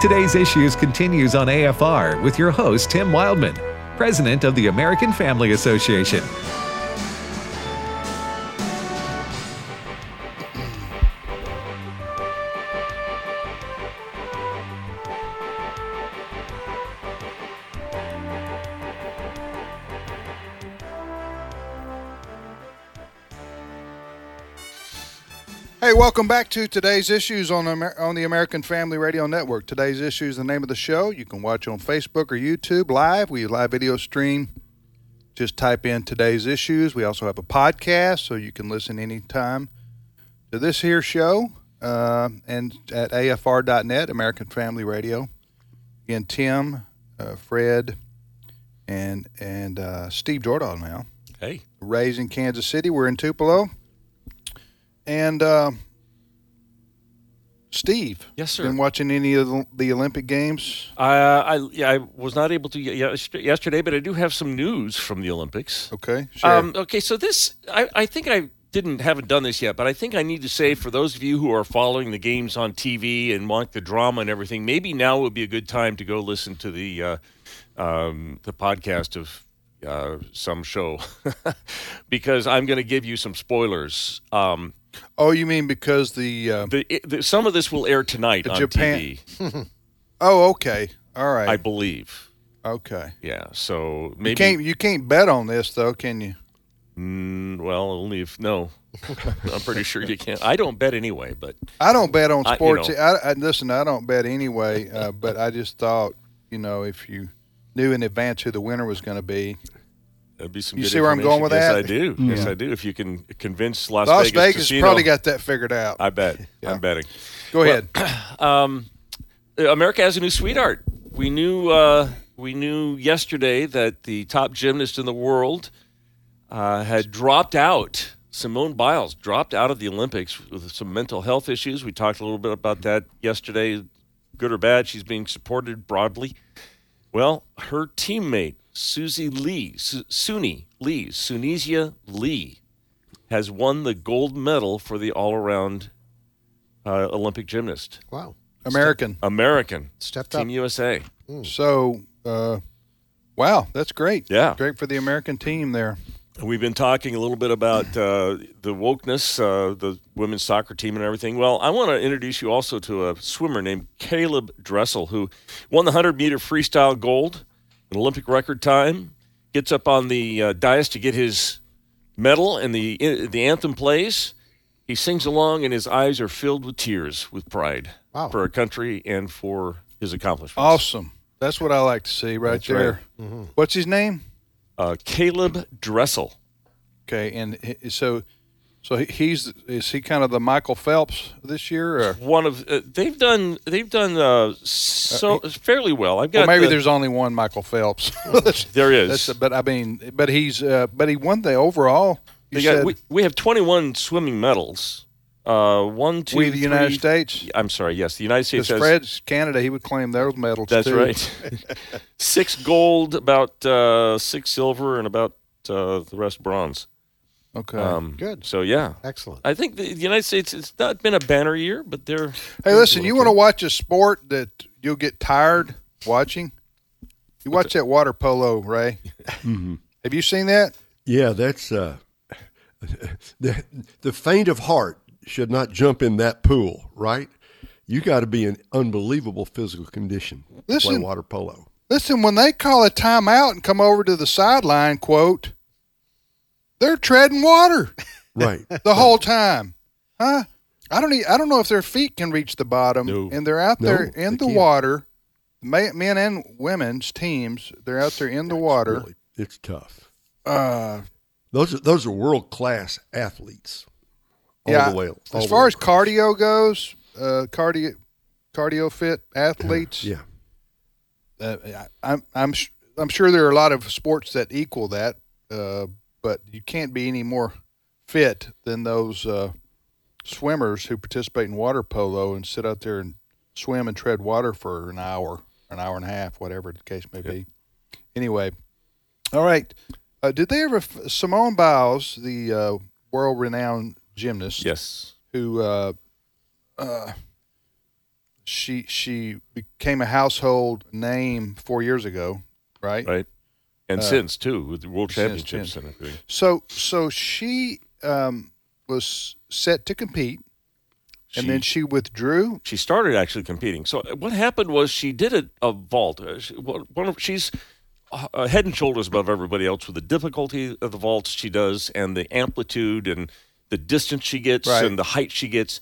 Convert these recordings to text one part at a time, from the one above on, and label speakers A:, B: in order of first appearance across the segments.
A: Today's Issues continues on AFR with your host, Tim Wildman, President of the American Family Association.
B: Hey, welcome back to today's issues on Amer- on the American Family Radio Network. Today's issues, the name of the show. You can watch on Facebook or YouTube live. We live video stream. Just type in today's issues. We also have a podcast, so you can listen anytime to this here show uh, and at afr.net, American Family Radio. Again, Tim, uh, Fred, and and uh, Steve Jordan now
C: Hey,
B: raised in Kansas City. We're in Tupelo. And uh, Steve,
C: Yes, sir.
B: Been watching any of the, the Olympic Games?
C: I, uh, I yeah, I was not able to y- yes- yesterday, but I do have some news from the Olympics.
B: Okay, Oh, sure.
C: Um, okay, so this I, I think I didn't haven't done this yet, but I think I need to say for those of you who are following the games on TV and want the drama and everything, maybe now would be a good time to go listen to the uh, um, the podcast of uh, some show because I'm going to give you some spoilers. Um,
B: oh, you mean because the? Uh,
C: the, it, the, some of this will air tonight on
B: Japan-
C: TV,
B: oh, okay, all
C: I
B: right,
C: believe.
B: okay.
C: Yeah, so
B: You
C: maybe
B: can't you can't bet on this though, can you?
C: Mm, well, only if no. I'm pretty sure you can't. I don't bet anyway, but
B: I don't bet on
C: I- you
B: sports. e, I,
C: know.
B: I- listen, I don't bet anyway, uh, but I just thought you know if you knew in advance who the winner was going to be.
C: that'd be some.
B: You
C: good
B: see where I'm going with
C: information.
B: that?
C: Yes, I do. Yes, I do. If you can convince Las,
B: Las
C: Vegas,
B: Vegas
C: casino,
B: probably got that figured out.
C: I bet.
B: Yeah.
C: I'm betting.
B: Go ahead.
C: Uh, America has a new sweetheart. We knew. Uh, we knew yesterday that the top gymnast in the world uh, had dropped out. Simone Biles dropped out of the Olympics with some mental health issues. We talked a little bit about that yesterday. Good or bad, she's being supported broadly. Well, her teammate, Susie Lee, Su- Suni Lee, Sunisia Lee, has won the gold medal for the all around uh, Olympic gymnast.
D: Wow.
B: American.
C: American.
D: Stepped
C: Team
D: up.
C: USA.
B: So, uh, wow, that's great.
C: Yeah.
B: great for the American team there.
C: We've been talking a little bit about uh, the wokeness, uh, the women's soccer team, and everything. Well, I want to introduce you also to a swimmer named Caleb Dressel, who won the 100 meter freestyle gold, an Olympic record time, gets up on the uh, dais to get his medal, and the, the anthem plays. He sings along, and his eyes are filled with tears with pride
D: Wow.
C: for our country and for his accomplishments.
B: Awesome. That's what I like to see right
C: That's Mm-hmm.
B: there. What's his name?
C: Uh, Caleb Dressel.
B: Okay, and he- so, so he- he's is he kind of the Michael Phelps this year? Or?
C: one of uh, they've done they've done uh, so fairly well. I've
B: Well,
C: got
B: maybe
C: the-
B: there's only one Michael Phelps. That's-
C: there is.
B: that's- but I mean, but he's uh, but he won the overall. You
C: they got-
B: said
C: we, we have 21 swimming medals. Uh, one, two,
B: we, the United
C: three-
B: States.
C: I'm sorry. Yes, the United States
B: Because
C: has.
B: Fred's Canada, he would claim those medals.
C: that's
B: too.
C: right. six gold, about uh, six silver, and about uh, the rest bronze.
B: Okay.
C: Um,
D: Good.
C: So yeah,
D: Excellent.
C: I think the, the United States. It's not been a banner year, but they're.
B: Hey, listen, you want to watch a sport that you'll get tired watching? You watch that water polo, Ray.
C: Mm-hmm.
B: Have you seen that?
D: Yeah, that's uh, the the faint of heart should not jump in that pool, right? You got to be in unbelievable physical condition to play
B: Listen.
D: water polo.
B: Listen, when they call a timeout and come over to the sideline, quote, they're treading water
D: Right.
B: the whole time. Huh? I don't e I don't know if their feet can reach the bottom
C: No.
B: and they're out
D: No,
B: there
D: they
B: in the
D: can't.
B: water. Ma- Men and women's teams, they're out there in the water.
D: Really, it's tough.
B: Uh,
D: Those are those are world class athletes. All
B: yeah,
D: the way. all
B: as
D: the
B: far
D: way
B: as
D: across.
B: cardio goes, uh, cardio, cardio fit athletes,
D: yeah,
B: uh, I, I'm I'm sh- I'm sure there are a lot of sports that equal that, uh, but you can't be any more fit than those uh, swimmers who participate in water polo and sit out there and swim and tread water for an hour, an hour and a half, whatever the case may be. Anyway, all right. Uh, did they ever f- Simone Biles, the uh, world-renowned gymnast?
C: Yes.
B: who uh, uh, she she became a household name four years ago, right?
C: Right. And
B: Uh,
C: since too, with the World
B: since,
C: Championships
B: since.
C: and everything.
B: So so she um, was set to compete, and then she withdrew.
C: she started actually competing. So uh, what happened was she did a, a vault. Uh, she- one one of, she's uh, head and shoulders above everybody else with the difficulty of the vaults she does and the amplitude and the distance she gets
B: Right.
C: and the height she gets.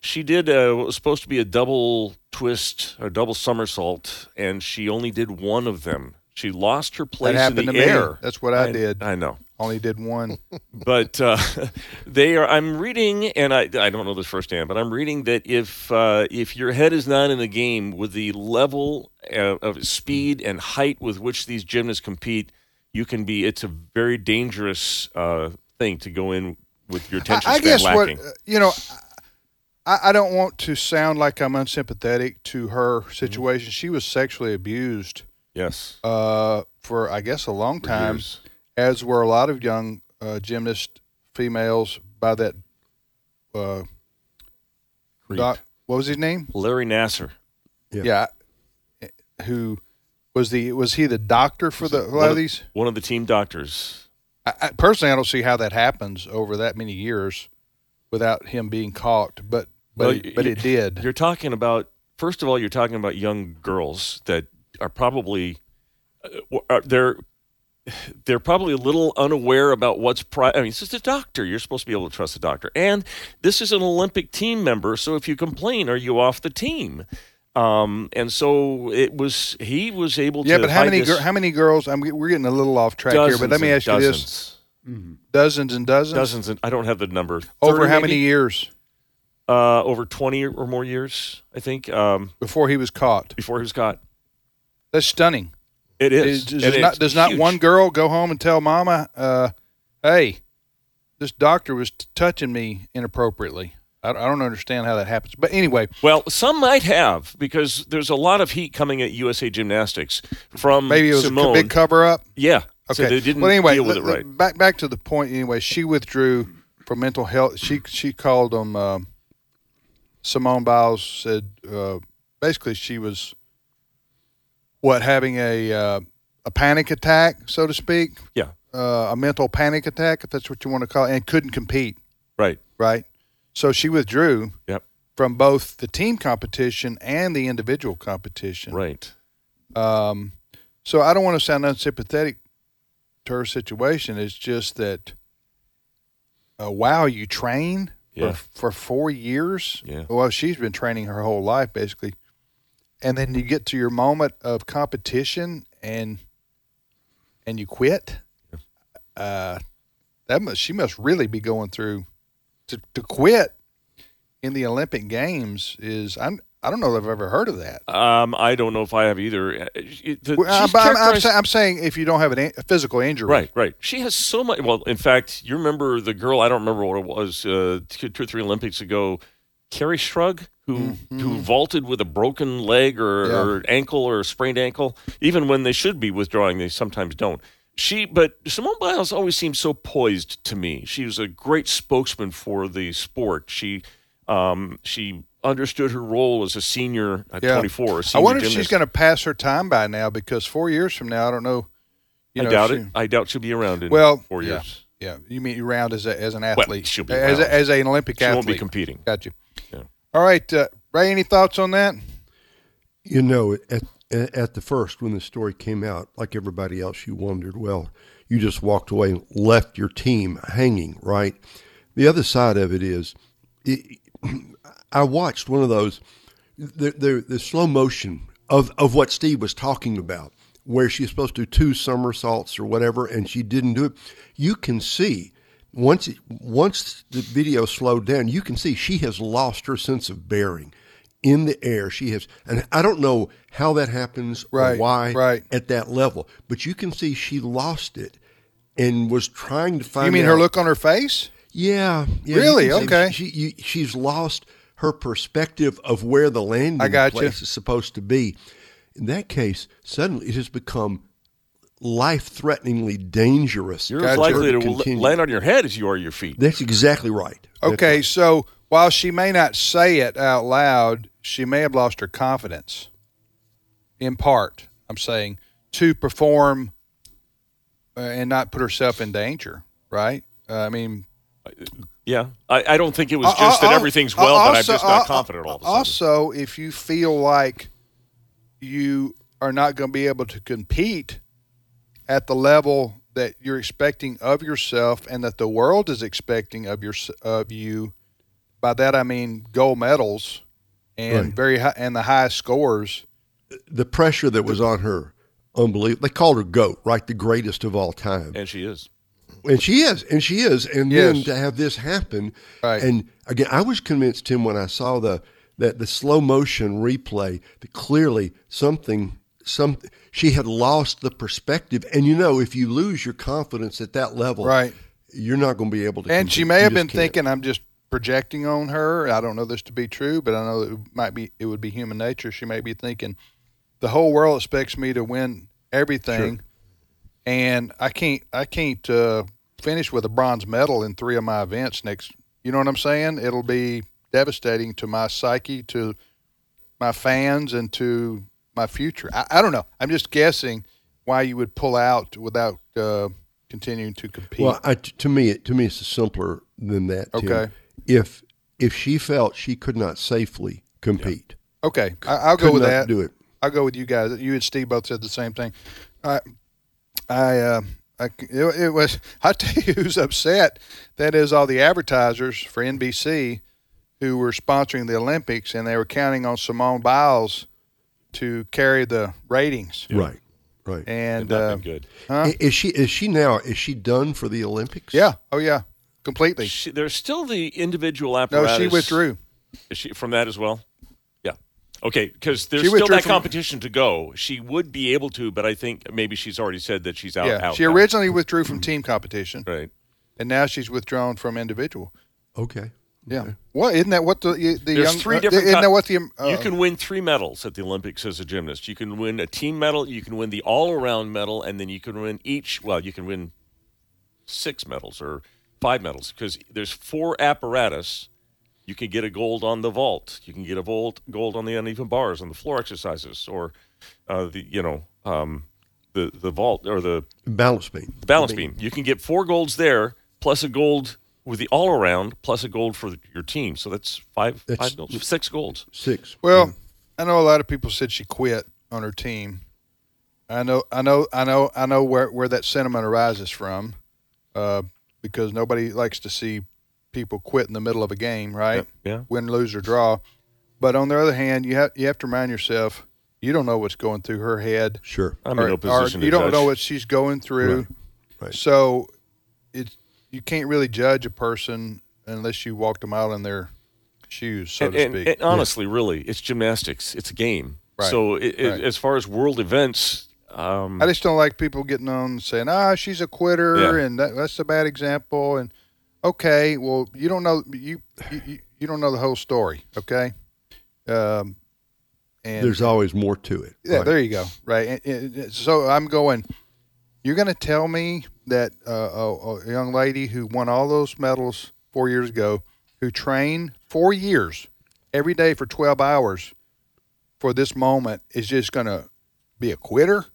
C: She did uh, what was supposed to be a double twist or double somersault, and she only did one of them. She lost her place
B: happened
C: in the
B: to me.
C: air.
B: That's what I did.
C: I know
B: Only did one.
C: but uh, they are. I'm reading, and I, I don't know this firsthand, but I'm reading that if uh, if your head is not in the game with the level uh, of speed and height with which these gymnasts compete, you can be. It's a very dangerous uh, thing to go in with your
B: I,
C: attention
B: I
C: span
B: guess
C: lacking.
B: what uh, you know. I, I don't want to sound like I'm unsympathetic to her
C: Mm-hmm.
B: situation. She was sexually abused
C: yes,
B: uh, for I guess a long
C: For
B: time,
C: years.
B: as were a lot of young uh, gymnast females by that. Uh,
C: Creep.
B: doc, what was his name?
C: Larry Nasser.
D: Yeah.
B: Yeah, who was the was he the doctor for the a lot of these?
C: One of the team doctors.
B: I, I, personally, I don't see how that happens over that many years without him being caught, but but
C: Well,
B: it, but
C: you-
B: it did.
C: You're talking about first of all, you're talking about young girls that are probably uh, are- they're they're probably a little unaware about what's pri- I mean, this is a doctor. You're supposed to be able to trust the doctor, and this is an Olympic team member. So if you complain, are you off the team? Um, and so it was. He was able
B: Yeah,
C: to.
B: but how
C: find
B: many
C: this
B: gir- how many girls? I'm get- we're getting a little off track
C: dozens
B: here, but let me
C: and
B: ask you
C: dozens,
B: this: dozens and dozens,
C: dozens, and I don't have the number.
B: over
C: 30
B: how
C: maybe?
B: many years
C: Uh, over twenty or more years, I think, um,
B: before he was caught?
C: before he was caught.
B: That's stunning.
C: It is.
B: Is- does
C: And
B: not,
C: it's
B: does not
C: huge.
B: one girl go home and tell mama, uh, "Hey, this doctor was t- touching me inappropriately"? I, I don't understand how that happens, but anyway,
C: Well, some might have because there's a lot of heat coming at USA Gymnastics from
B: maybe it was
C: Simone.
B: a big cover up.
C: yeah.
B: Okay.
C: So they didn't
B: well, anyway,
C: deal with
B: let-
C: it right.
B: Back back to the point. Anyway, she withdrew for mental health. She she called them. Um, Simone Biles said uh, basically she was what having a uh, a panic attack, so to speak,
C: Yeah.
B: uh, a mental panic attack, if that's what you want to call it, and couldn't compete.
C: Right.
B: Right. So she withdrew
C: Yep.
B: from both the team competition and the individual competition.
C: Right.
B: Um, so I don't want to sound unsympathetic to her situation. It's just that, uh, wow, you train
C: Yeah.
B: for, for four years.
C: Yeah.
B: Well, she's been training her whole life basically, and then you get to your moment of competition and and you quit. Uh, that must she must really be going through to to quit in the Olympic Games is I'm I don't know if I've ever heard of that.
C: Um, I don't know if I have either. Uh, it- the-
B: Well, I'm,
C: she's
B: I'm, I'm,
C: characterized-
B: sa- I'm saying if you don't have an in- a physical injury,
C: Right, right. She has so much. Well, in fact, you remember the girl? I don't remember what it was. Uh, two two or three Olympics ago, Carrie Shrug, who who vaulted with a broken leg or,
B: Mm-hmm. Yeah.
C: or ankle or a sprained ankle. Even when they should be withdrawing, they sometimes don't. She, but Simone Biles always seemed so poised to me. She was a great spokesman for the sport. She, um, she understood her role as a senior at
B: Yeah.
C: 24. a
B: I
C: senior
B: wonder if she's
C: gymnast.
B: going to pass her time by now because four years from now, I don't know. You know,
C: I doubt
B: she-
C: it. I doubt she'll be around in
B: Well,
C: four
B: yeah.
C: years.
B: Yeah, you mean round as a, as an athlete.
C: she'll be
B: as
C: round.
B: a, as an Olympic
C: She
B: athlete.
C: won't be competing.
B: Got you.
C: Yeah.
B: All right, uh, Ray. Any thoughts on that?
D: You know, at at the first when the story came out, like everybody else, you wondered, well, you just walked away and left your team hanging, right? The other side of it is, it, I watched one of those, the, the the slow motion of of what Steve was talking about, where she's supposed to do two somersaults or whatever, and she didn't do it. You can see. Once it, once the video slowed down, you can see she has lost her sense of bearing in the air. She has, and I don't know how that happens or
B: Right,
D: why
B: right.
D: at that level, but you can see she lost it and was trying to find.
B: You mean her
D: out-
B: look on her face?
D: Yeah, yeah, you
B: Really?
D: can see
B: Okay.
D: She you, she's lost her perspective of where the landing
B: I got you.
D: place is supposed to be. In that case, suddenly it has become life-threateningly dangerous.
C: You're
D: for
C: as
D: her
C: likely to l-
D: continue.
C: land on your head as you are your feet.
D: That's exactly right. That's
B: Okay, so While she may not say it out loud, she may have lost her confidence. In part, I'm saying to perform uh, and not put herself in danger. Right? Uh, I mean,
C: Yeah, I, I don't think
B: Uh,
C: it was just that
B: Al-
C: everything's
B: al-
C: well, but I'm
B: uh, also-
C: just not
B: al-
C: confident all of a sudden.
B: Also, if you feel like you are not going to be able to compete at the level that you're expecting of yourself and that the world is expecting of your of you, by that I mean gold medals and
D: Right.
B: very high, and the highest scores.
D: The pressure that was on her, unbelievable. They called her GOAT, right? The greatest of all time.
C: and she is.
D: And she is, and she is, and then
B: Yes.
D: to have this happen,
B: Right.
D: and again, I was convinced Tim when I saw the that the slow motion replay that clearly something some she had lost the perspective, and you know if you lose your confidence at that level,
B: Right.
D: you're not going to be able to.
B: And
D: compete.
B: she may
D: You
B: have
D: just
B: been
D: can't.
B: thinking, "I'm just projecting on her." I don't know this to be true, but I know it might be. It would be human nature. She may be thinking, "The whole world expects me to win everything, and I can't. I can't uh, finish with a bronze medal in three of my events next." You know what I'm saying? It'll be devastating to my psyche, to my fans, and to my future. I, I don't know. I'm just guessing why you would pull out without uh, continuing to compete.
D: Well, I, t- to me, it, to me, it's simpler than that. Tim.
B: Okay.
D: If if she felt she could not safely compete,
B: Okay, I, I'll
D: could
B: go with
D: not
B: that.
D: do it.
B: I'll go with you guys. You and Steve both said the same thing. I, I, uh, I c it, it was. I tell you who's upset. That is all the advertisers for NBC who were sponsoring the Olympics, and they were counting on Simone Biles to carry the ratings.
D: Right. Right.
B: And
C: Not
B: uh,
C: been good.
D: I- Is she is she now is she done for the Olympics?
B: yeah, oh yeah, completely.
C: She, there's still the individual
B: No,
C: apparatus.
B: she withdrew.
C: Is she from that as well? Yeah. Okay, because there's
B: She
C: still
B: withdrew
C: that
B: from-
C: competition to go. She would be able to, but I think maybe she's already said that she's out.
B: yeah,
C: out
B: she
C: now.
B: originally withdrew from team competition,
C: Right.
B: and now she's withdrawn from individual.
D: Okay.
B: Yeah. Well, isn't that what the the
C: There's
B: young
C: three
B: uh,
C: different
B: isn't
C: ki-
B: that what the uh,
C: you can win three medals at the Olympics as a gymnast. You can win a team medal, you can win the all-around medal, and then you can win each. Well, you can win six medals or five medals because there's four apparatus. You can get a gold on the vault. You can get a vault gold on the uneven bars on the floor exercises, or uh, the you know um, the the vault or the
D: Balance beam.
C: balance beam. You can get four golds there, plus a gold with the all around, plus a gold for your team. So that's five,
D: That's-
C: five golds, six golds.
D: Six.
C: Hmm.
B: Well, I know a lot of people said she quit on her team. I know, I know, I know, I know where, where that sentiment arises from, uh, because nobody likes to see people quit in the middle of a game, right?
C: Yeah.
B: Win, lose, or draw. But on the other hand, you have you have to remind yourself you don't know what's going through her head.
D: Sure.
C: I'm
B: or-
C: in no
B: or
C: position to
B: you don't
C: judge.
B: know what she's going through.
D: Right.
B: So, it you can't really judge a person unless you walked them out in their shoes, so
C: and,
B: to
C: and-
B: speak.
C: and um, honestly, really, it's gymnastics. It's a game.
B: Right.
C: So it, it-
B: Right.
C: as far as world events, um,
B: I just don't like people getting on and saying, "Ah, she's a quitter,"
C: Yeah.
B: and that, that's a bad example. And okay, well, you don't know you you, you- you don't know the whole story, okay? Um, and
D: There's always more to it.
B: yeah,
D: right?
B: there you go. Right. And- and- and so I'm going. You're going to tell me that uh, a, a young lady who won all those medals four years ago, who trained four years every day for 12 hours for this moment, is just going to be a quitter?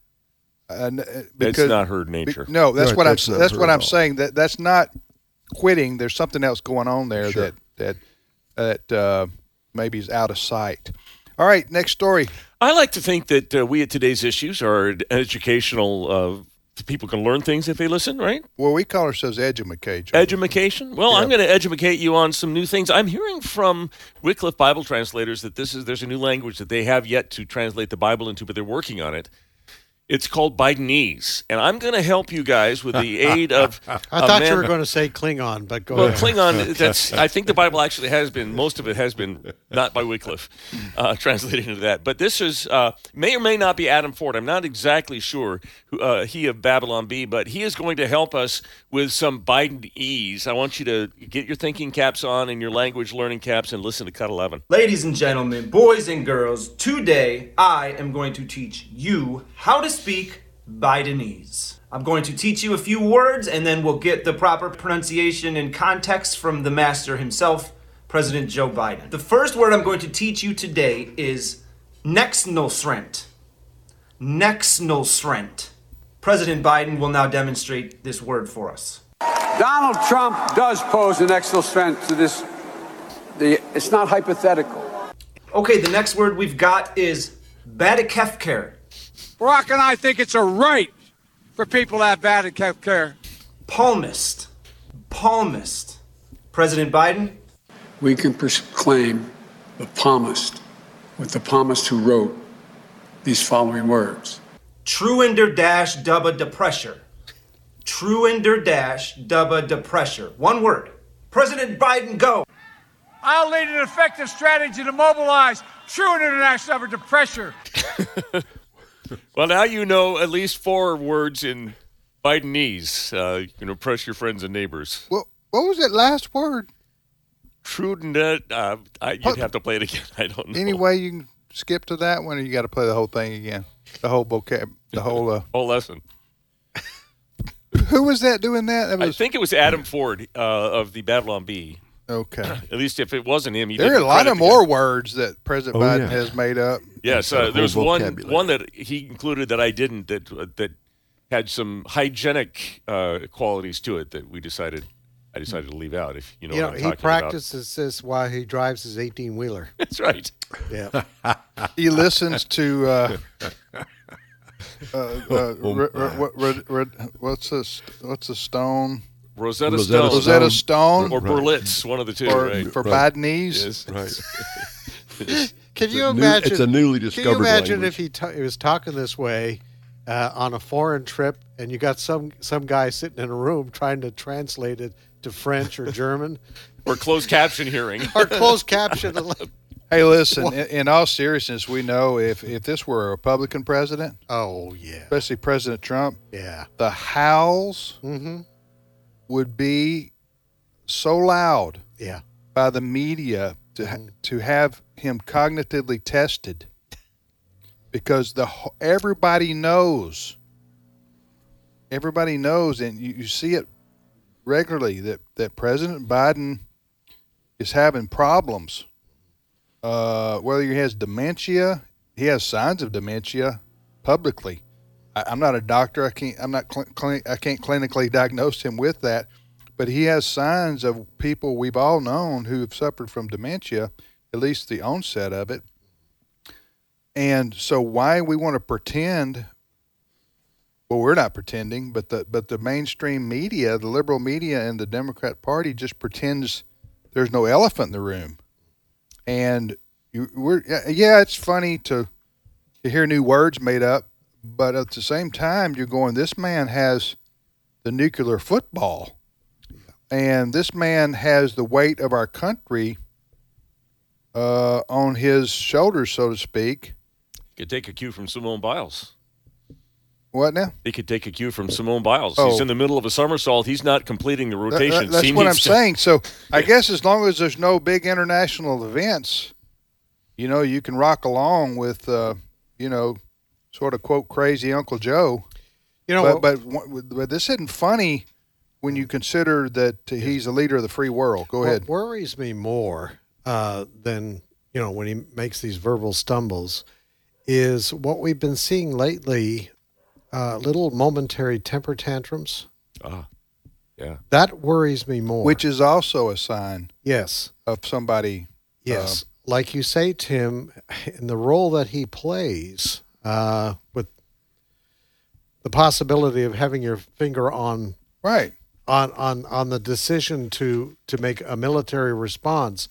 B: Uh, n- uh,
C: it's not her
B: be-
C: nature.
B: No, that's
D: Right,
B: what
D: that's
B: I'm.
D: not
B: That's
D: her
B: what
D: at
B: I'm
D: all.
B: saying. That that's not quitting. There's something else going on there
D: Sure.
B: that that that uh, maybe is out of sight. All right, next story.
C: I like to think that uh, we at today's issues are an educational. Uh, people can learn things if they listen, right?
B: Well, we call ourselves edumacation.
C: Edumacation. Well, I'm going to educate you on some new things. I'm hearing from Wycliffe Bible translators that this is there's a new language that they have yet to translate the Bible into, but they're working on it. It's called Bidenese, and I'm going to help you guys with the aid of.
E: I thought you were going to say Klingon, but go
C: Well,
E: ahead.
C: Klingon. That's. I think the Bible actually has been. Most of it has been not by Wycliffe, uh, translated into that. But this is uh, may or may not be Adam Ford. I'm not exactly sure. Who, uh, he of Babylon B, but he is going to help us with some Biden ease. I want you to get your thinking caps on and your language learning caps and listen to Cut 11.
F: Ladies and gentlemen, boys and girls, today I am going to teach you how to speak Bidenese. I'm going to teach you a few words and then we'll get the proper pronunciation and context from the master himself, President Joe Biden. The first word I'm going to teach you today is Nexnosrent. Nexnosrent. President Biden will now demonstrate this word for us.
G: Donald Trump does pose an external threat to this. The, it's not hypothetical.
F: Okay, the next word we've got is Badikefker.
G: Barack and I think it's a right for people to have Badikefker.
F: Palmist. Palmist. President Biden?
G: We can pers- claim the palmist with the palmist who wrote these following words.
F: Truender dash dubba depressure. Truender dash dubba depressure. One word. President Biden, go.
G: I'll lead an effective strategy to mobilize true international effort to pressure.
C: Well, now you know at least four words in Bidenese. Uh, you can oppress your friends and neighbors.
B: What, what was that last word?
C: Trudenet, uh, I, you'd have to play it again. I don't know.
B: Anyway, you can skip to that one, or you got to play the whole thing again. The whole vocab, the whole. Uh,
C: whole lesson.
B: who was that doing that? That
C: I
B: was
C: think it was Adam Ford uh, of the Battle on B.
B: okay.
C: At least if it wasn't him, he
B: There are
C: didn't
B: a lot
C: credit
B: of
C: the
B: more
C: guy.
B: words that President
D: Oh,
B: Biden
D: yeah.
B: has made up.
C: Yes,
D: Got a
C: uh,
D: whole
C: there's one
D: vocabulary.
C: one that he included that I didn't that uh, that had some hygienic uh, qualities to it that we decided I decided to leave out. If you know,
E: You know,
C: what I'm
E: he
C: talking
E: practices this while he drives his 18 wheeler.
C: About. That's right.
E: Yeah.
B: He listens to. Uh, uh, uh, re- re- what- re- re- what's this? What's the stone?
C: Rosetta,
D: Rosetta
C: Stone,
B: Rosetta
D: Stone.
B: Stone
C: or
B: or,
C: Berlitz, one of the two. right.
B: for
D: Right.
B: Bidenese?
C: Yes.
D: Right.
E: Can you
D: a new-
E: imagine?
D: it's a newly
E: Can you
D: discovered
E: imagine
D: language.
E: if he, ta- he was talking this way uh, on a foreign trip, and you got some some guy sitting in a room trying to translate it to French or German
C: or closed caption hearing.
E: or closed caption?
B: Hey, listen. In, in all seriousness, we know if if this were a Republican president,
E: oh yeah,
B: especially President Trump,
E: yeah.
B: the howls
E: Mm-hmm.
B: would be so loud
E: Yeah.
B: by the media to ha- to have him cognitively tested because the wh- everybody knows everybody knows and you, you see it regularly that that President Biden is having problems uh, whether he has dementia he has signs of dementia publicly I, I'm not a doctor I can't I'm not cl- cl- I can't clinically diagnose him with that but he has signs of people we've all known who have suffered from dementia, at least the onset of it. And so, why we want to pretend? Well, we're not pretending, but the but the mainstream media, the liberal media, and the Democrat Party just pretends there's no elephant in the room. And you, we're yeah, it's funny to to hear new words made up, but at the same time, you're going, this man has the nuclear football and this man has the weight of our country uh, on his shoulders, so to speak.
C: Could take a cue from Simone Biles.
B: What now?
C: They could take a cue from Simone Biles.
B: Oh.
C: He's in the middle of a somersault. He's not completing the
B: That- that-
C: rotation.
B: that's
C: He
B: what I'm
C: needs to-
B: saying. So I guess as long as there's no big international events, you know, you can rock along with, uh, you know, sort of quote crazy Uncle Joe.
E: You know,
B: But but, wh- but this isn't funny when you consider that he's a leader of the free world. Go
E: what
B: ahead.
E: worries me more uh, than you know when he makes these verbal stumbles is what we've been seeing lately: uh, little momentary temper tantrums.
C: Ah, yeah.
E: That worries me more.
B: Which is also a sign
E: yes.
B: of somebody.
E: Yes, like you say, Tim, in the role that he plays, uh, with the possibility of having your finger on
B: Right.
E: on on on the decision to to make a military response,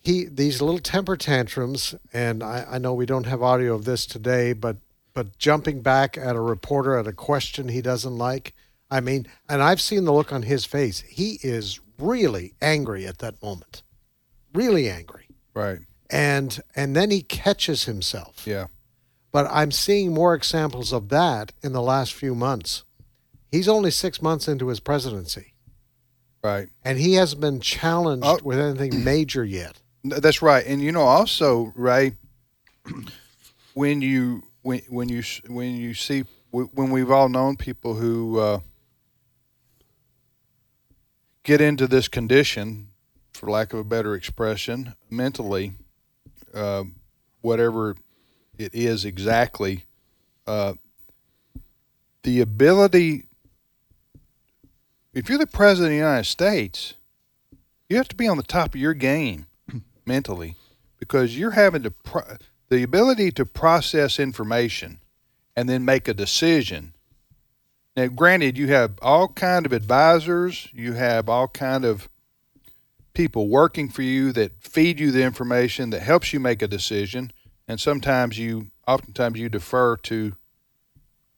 E: he these little temper tantrums, and I, I know we don't have audio of this today, but but jumping back at a reporter at a question he doesn't like. I mean, and I've seen the look on his face. He is really angry at that moment, really angry
B: Right.
E: and and then he catches himself.
B: Yeah.
E: But I'm seeing more examples of that in the last few months. He's only six months into his presidency,
B: Right.
E: and he hasn't been challenged
B: Oh.
E: with anything major yet.
B: No, That's right, and you know also Ray, when you when when you s- when you see w- when we've all known people who uh, get into this condition for lack of a better expression, mentally, uh, whatever it is exactly, uh, the ability, if you're the president of the United States, you have to be on the top of your game mentally because you're having to, pro- the ability to process information and then make a decision. Now, granted, you have all kind of advisors, you have all kind of people working for you that feed you the information that helps you make a decision, and sometimes you, oftentimes you defer to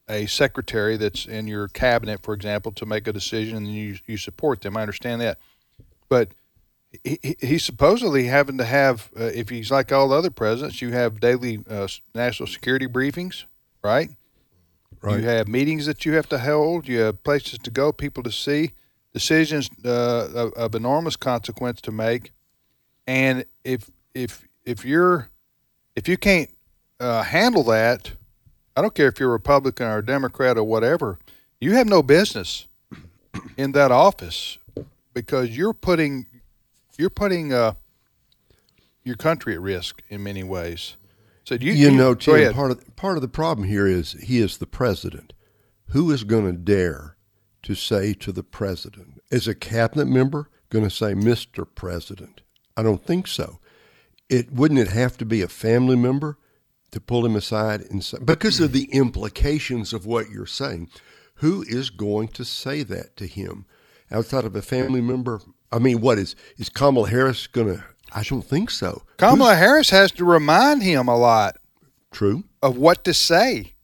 B: a secretary that's in your cabinet, for example, to make a decision, and you you support them. I understand that, but he, he- he's supposedly having to have, uh, if he's like all other presidents, you have daily uh, s- national security briefings, right?
D: Right.
B: You have meetings that you have to hold. You have places to go, people to see, decisions uh, of, of enormous consequence to make. And if if if you're if you can't uh, handle that, I don't care if you're Republican or Democrat or whatever, you have no business in that office because you're putting you're putting uh, your country at risk in many ways. So you
D: you know,
B: go
D: Tim,
B: ahead.
D: part of part of the problem here is he is the president. Who is going to dare to say to the president? Is a cabinet member going to say, "Mr. President"? I don't think so. It wouldn't it have to be a family member to pull him aside and say, because of the implications of what you're saying. Who is going to say that to him outside of a family member? I mean, what is is Kamala Harris going to? I don't think so.
B: Kamala Harris has to remind him a lot.
D: True.
B: of what to say,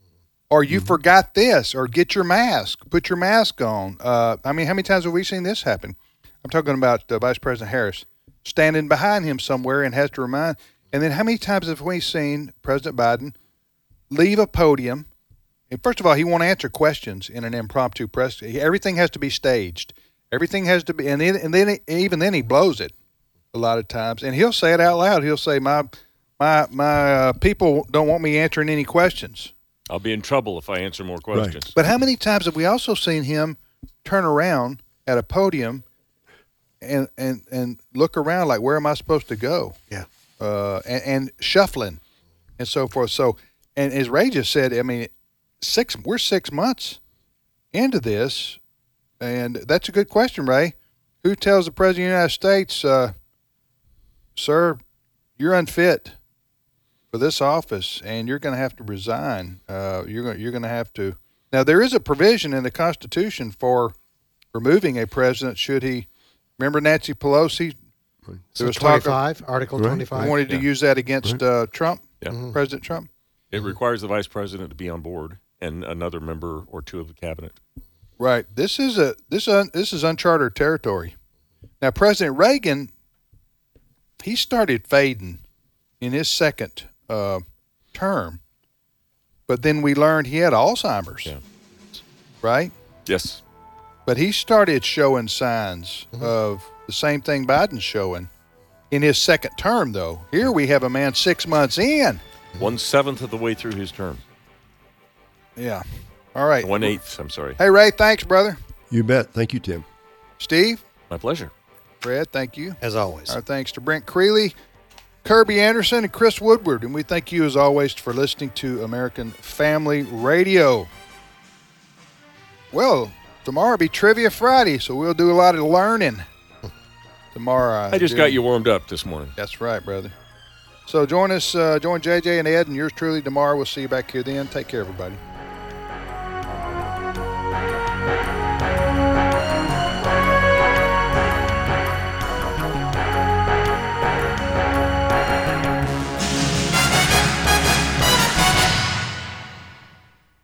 B: or you forgot this, or get your mask, put your mask on. Uh, I mean, how many times have we seen this happen? I'm talking about uh, Vice President Harris standing behind him somewhere and has to remind. And then how many times have we seen President Biden leave a podium? And first of all, he won't answer questions in an impromptu press. Everything has to be staged. Everything has to be, and then, and then even then he blows it a lot of times, and he'll say it out loud. He'll say, "My, my, my uh, people don't want me answering any questions."
C: I'll be in trouble if I answer more questions.
B: But how many times have we also seen him turn around at a podium and and and look around like, "Where am I supposed to go?"
E: Yeah.
B: uh, and, and shuffling and so forth. So, and as Ray just said, I mean, six we're six months into this, and that's a good question, Ray. Who tells the president of the United States, uh, sir, you're unfit for this office, and you're going to have to resign? Uh, you're going you're going to have to. Now, there is a provision in the Constitution for removing a president should he. Remember Nancy Pelosi?
E: So
B: was talk of-
E: 25, Article 25.
B: wanted to use that against uh, Trump,
C: Yeah.
B: President Trump.
C: It requires the vice president to be on board and another member or two of the cabinet.
B: Right. This is a this un, this is uncharted territory. Now, President Reagan, he started fading in his second uh, term, but then we learned he had Alzheimer's.
C: Yeah.
B: Right.
C: Yes.
B: But he started showing signs of the same thing Biden's showing in his second term, though. Here we have a man six months in.
C: One seventh of the way through his term.
B: Yeah. All right.
C: One eighth, I'm sorry.
B: Hey, Ray. Thanks, brother.
D: You bet. Thank you, Tim.
B: Steve.
C: My pleasure.
B: Fred, thank you.
E: As always.
B: Our thanks to Brent Creeley, Kirby Anderson, and Chris Woodward. And we thank you, as always, for listening to American Family Radio. Well, tomorrow will be Trivia Friday, so we'll do a lot of learning tomorrow.
C: I just
B: dear.
C: got you warmed up this morning.
B: That's right, brother. So join us, uh, join JJ and Ed, and yours truly tomorrow. We'll see you back here then. Take care, everybody.